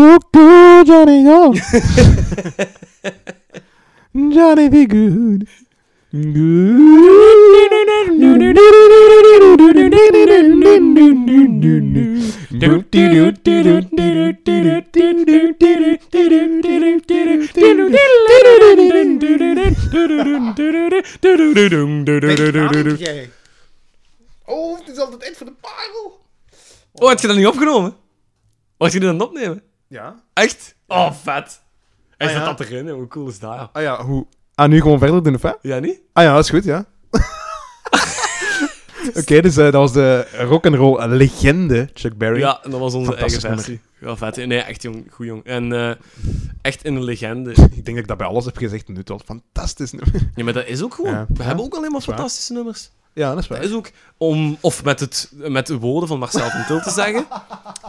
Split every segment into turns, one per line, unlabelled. Cuckoo, Johnny go. Johnny be good.
Weet
Good.
je jij? Oh, het is altijd het eind van de parel.
Oh, had je dat niet opgenomen? Was je dat aan het opnemen?
Ja.
Echt? Oh, vet. Hij
Ah,
zat
ja.
dat erin, hè. hoe cool is dat? ja?
Ah ja, hoe? Ah, nu gewoon verder doen, of hè?
Ja, niet?
Ah ja, dat is goed, ja. Oké, dus eh, dat was de rock'n'roll legende Chuck Berry.
Ja, en dat was onze eigen
Fantastisch
versie. Ja, vet. hè. Nee, echt jong, goed jong. En eh, echt een legende.
Ik denk dat ik dat bij alles heb gezegd nu tot. Fantastisch nummer.
Ja, maar dat is ook gewoon.
Ja.
We
Ja,
hebben ook alleen maar
is waar.
fantastische nummers.
Ja, dat is
Dat
waar.
is ook om, of met, het, met de woorden van Marcel van Tilt te zeggen.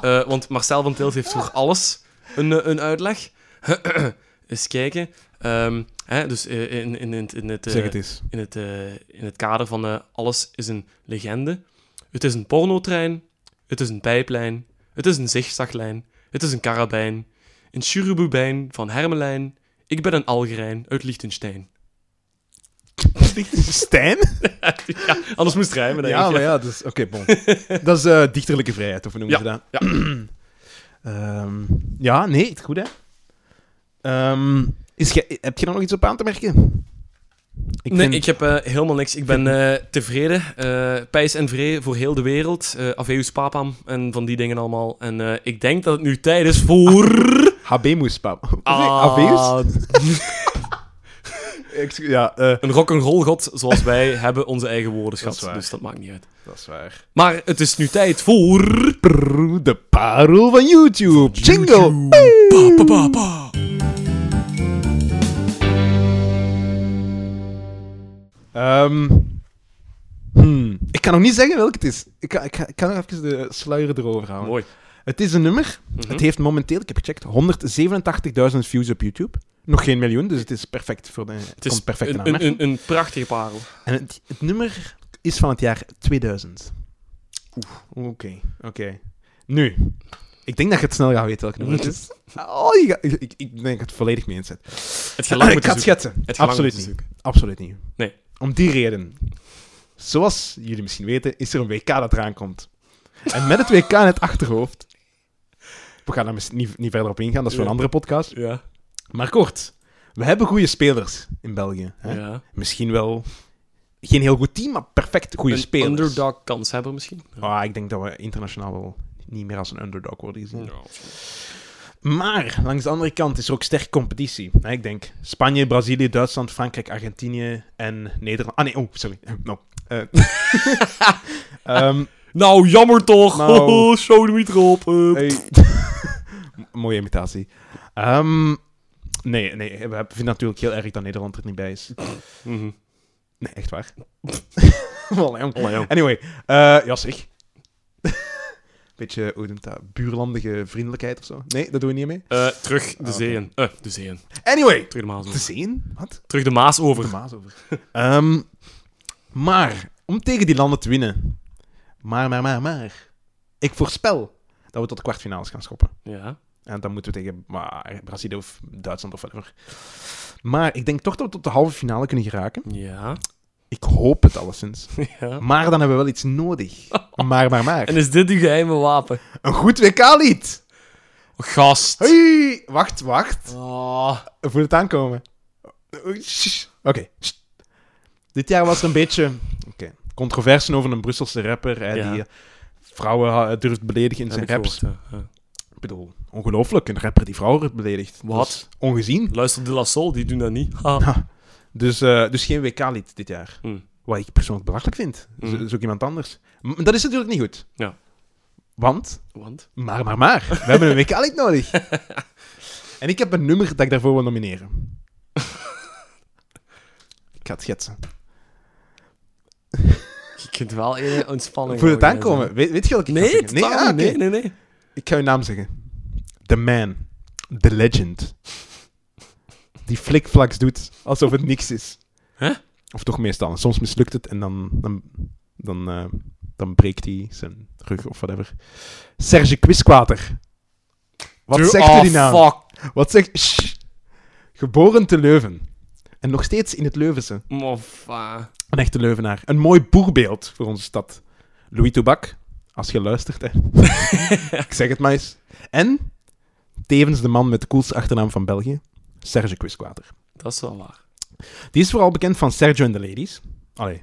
eh, want Marcel van Tilt heeft voor alles een, eh, een uitleg. eens kijken. Ehm, hè, dus eh, in, in, in, het- in het, eh,
Zeg het eens.
in, het, eh, in het kader van eh, alles is een legende. Het is een pornotrein. Het is een pijplijn. Het is een zigzaglijn. Het is een karabijn. Een churububijn van Hermelijn. Ik ben een Algerijn uit Liechtenstein.
Stijn?
Ja, anders moest het rijmen, denk
Eh, Ja,
ik.
maar ja, dus, oké, bon. dat is eh, dichterlijke vrijheid, of hoe noemen ze dat?
ja.
Ehm, ja, nee, het goed, hè. Ehm, is ge- heb je daar nog iets op aan te merken? Ik
nee,
vind-
ik heb eh, helemaal niks. Ik ben eh, tevreden. Eh pijs en vree voor heel de wereld. Eh Aveus Papam en van die dingen allemaal. En eh, ik denk dat het nu tijd is
Ah.
voor...
Habemus, pap.
Ah,
Excu- Ja, eh,
Een rock'n'roll god zoals wij hebben onze eigen woordenschat.
Dat is waar.
dus dat maakt niet uit.
dat is waar.
Maar het is nu tijd voor...
Prrr, De parel van YouTube. Jingle.
Pa, pa, pa, pa.
Ehm, hmm, Ik kan nog niet zeggen welke het is. Ik kan, ik ga- ik kan nog even de sluier erover halen.
Mooi.
Het is een nummer.
Mhm.
Het heeft momenteel, ik heb gecheckt, 187.000 views op YouTube. Nog geen miljoen, dus het is perfect voor de. Het
Het is
komt perfect in
een, een,
aanmerking.
een, een prachtige parel.
En het, het nummer is van het jaar 2000. Oeh. Oké, oké. Nu, ik denk dat je het snel gaat weten welk nummer het is. Oh, je gaat- ik, ik denk dat ik het volledig mee eens zit.
Het geluid
ik
moet dus-
ga het
zoeken.
schetsen.
Het gelang
Absoluut
moeten
niet.
zoeken.
Absoluut niet.
Nee.
Om die reden. Zoals jullie misschien weten, is er een WK dat eraan komt. En met het WK in het achterhoofd... We gaan daar misschien niet, niet verder op ingaan, dat is voor een
Ja.
andere podcast.
Ja.
Maar kort, we hebben goede spelers in België. Hè?
ja.
Misschien wel... Geen heel goed team, maar perfect goede
Een
spelers.
underdog kans hebben misschien.
Ah, ik denk dat we internationaal wel niet meer als een underdog worden gezien. Maar langs de andere kant is er ook sterk competitie. Hè, Ik denk Spanje, Brazilië, Duitsland, Frankrijk, Argentinië en Nederland. Ah nee, oh, sorry. No. Eh, ehm,
Nou, jammer toch.
Nou.
Oh, show de mieter op. Eh,
hey. M- Mooie imitatie. Ehm, nee, nee, we hebben- vinden natuurlijk heel erg dat Nederland er niet bij is.
mhm.
Nee, echt waar. Wallah, jong.
Allee, jong.
anyway, eh ja zeg. Beetje, hoe noemt dat? Buurlandige vriendelijkheid of zo. Nee, dat doen we niet mee.
Eh, terug de
oké.
zeeën. Eh, de zeeën.
Anyway,
Terug de Maas
te
over.
zien. Wat?
Terug de Maas over.
de Maas over. Ehm, maar, om tegen die landen te winnen. Maar, maar, maar, maar. Ik voorspel dat we tot de kwartfinales gaan schoppen.
Ja.
En dan moeten we tegen maar, Brazilië of Duitsland of whatever. Maar ik denk toch dat we tot de halve finale kunnen geraken.
Ja.
Ik hoop het alleszins.
ja.
Maar dan hebben we wel iets nodig. Maar, maar, maar.
En is dit uw geheime wapen?
Een goed WK-lied.
Gast.
Hey, wacht, wacht.
Ah.
Voel het aankomen. Oei, shh. Oké. shh. Dit jaar was er een beetje oké, controversen over een Brusselse rapper hè,
Ja.
die eh, vrouwen ha- durft beledigen in
Heb
zijn
ik
raps.
gehoord, ja, ja.
Ik bedoel, ongelooflijk, een rapper die vrouwen beledigt.
Wat?
Dat is Ongezien.
Luister, De La Soul, die doen dat niet. Ha.
Dus, eh, dus geen WK-lied dit jaar.
Mm.
Wat ik persoonlijk belachelijk vind. Zo-
Mm.
Zo ook iemand anders. M- dat is natuurlijk niet goed.
Ja.
Want,
Want?
maar, maar, maar, we hebben een WK-lied nodig. en ik heb een nummer dat ik daarvoor wil nomineren. ik ga het schetsen.
Je kunt wel in ontspanning.
Voel het
houden,
aankomen. Weet, weet je welke
hè.
ik
Nee,
ga zeggen?
nee, nee,
ah, oké.
nee, nee, nee.
Ik ga je naam zeggen. The man. The legend. Die flikflaks doet alsof het niks is.
Hè?
Of toch meestal. Soms mislukt het en dan, dan, dan, eh, dan breekt hij zijn rug of whatever. Serge Quisquater. Wat
Doe-
zegt
oh,
u die naam?
fuck.
Wat zegt... Shh. Geboren te Leuven. En nog steeds in het Leuvense.
Moffa.
Een echte Leuvenaar. Een mooi boegbeeld voor onze stad. Louis Toubak, als je luistert, hè. Ik zeg het maar eens. En tevens de man met de coolste achternaam van België, Serge Quisquater.
Dat is wel waar.
Die is vooral bekend van Sergio en de Ladies. Allee,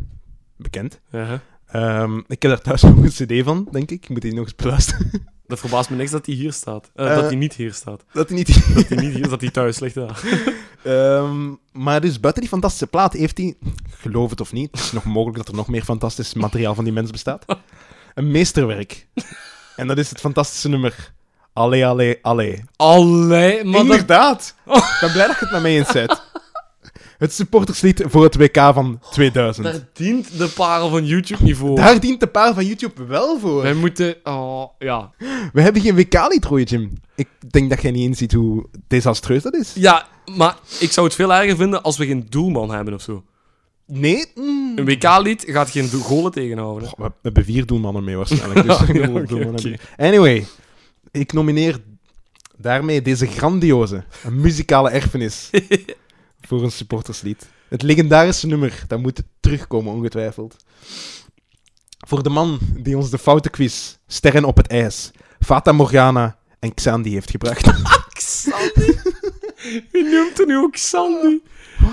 bekend.
Ja.
Ehm, ik heb daar thuis nog een cd van, denk ik. Ik moet die nog eens beluisteren.
Dat verbaast me niks dat hij hier staat. Eh,
Eh.
dat hij niet hier staat.
Dat hij niet...
Dat hij niet hier is, dat hij thuis ligt. Ja.
Ehm, maar dus buiten die fantastische plaat heeft hij, geloof het of niet, het is nog mogelijk dat er nog meer fantastisch materiaal van die mens bestaat, een meesterwerk. En dat is het fantastische nummer. Allee, allee, allee.
Allee, maar dat... Oh.
Inderdaad! Ik ben blij dat je het met mij eens bent. Het supporterslied voor het WK van 2000.
Oh, Daar dient de parel van YouTube niet voor.
Daar dient de paar van YouTube wel voor.
Wij moeten... Oh, ja.
We hebben geen WK-lied, Roy Jim. Ik denk dat jij niet inziet hoe desastreus dat is.
Ja, maar ik zou het veel erger vinden als we geen doelman hebben of zo.
Nee? Mm.
Een WK-lied gaat geen do- golen tegenhouden.
Goh, we we hebben vier doelmannen mee waarschijnlijk. Dus
Oké,
ik bedoel, doelmannen
oké.
mee. Anyway, ik nomineer daarmee deze grandioze muzikale erfenis voor een supporterslied. Het legendarische nummer, dat moet terugkomen ongetwijfeld. Voor de man die ons de foute quiz Sterren op het ijs, Fata Morgana en Xandi heeft gebracht.
Xandi. Wie noemt er nu ook Xandi?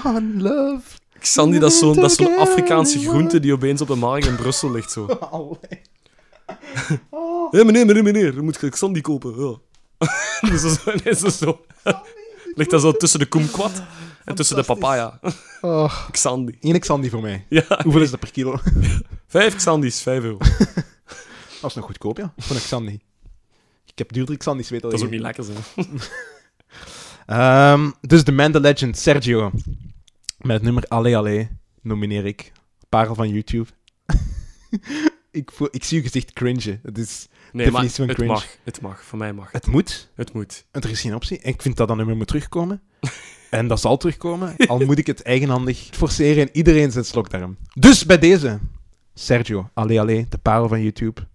One love.
Xandi, dat is zo'n dat is zo'n Afrikaanse groente die opeens op de markt in Brussel ligt. Zo. Hé meneer, meneer, meneer, dan moet je Xandi kopen. Ja. dus dat is, dan is dat zo. ligt dat zo tussen de kumquat en tussen de papaya.
Oh,
Xandi.
één Xandi voor mij.
Ja,
Hoeveel is dat per kilo?
vijf Xandis, vijf euro.
Dat is nog goedkoop, ja. Voor een Xandi. Ik heb duurdere Xandis, weet al
Dat is
je.
ook niet lekker, zo.
Ehm, dus de man, the legend, Sergio. Met het nummer Allee Allee nomineer ik Parel van YouTube. ik, voel, ik zie uw gezicht cringen. Het, is,
Nee, maar
Definitie van
het
cringe.
mag. Het mag, voor mij mag.
het moet.
Het moet.
Er is geen optie. En ik vind dat dat nummer moet terugkomen. en dat zal terugkomen, al moet ik het eigenhandig forceren en iedereen zijn slokdarm. Dus bij deze, Sergio, Allee Allee, de parel van YouTube.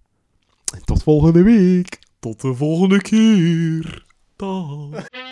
En tot volgende week.
Tot de volgende keer. Dag.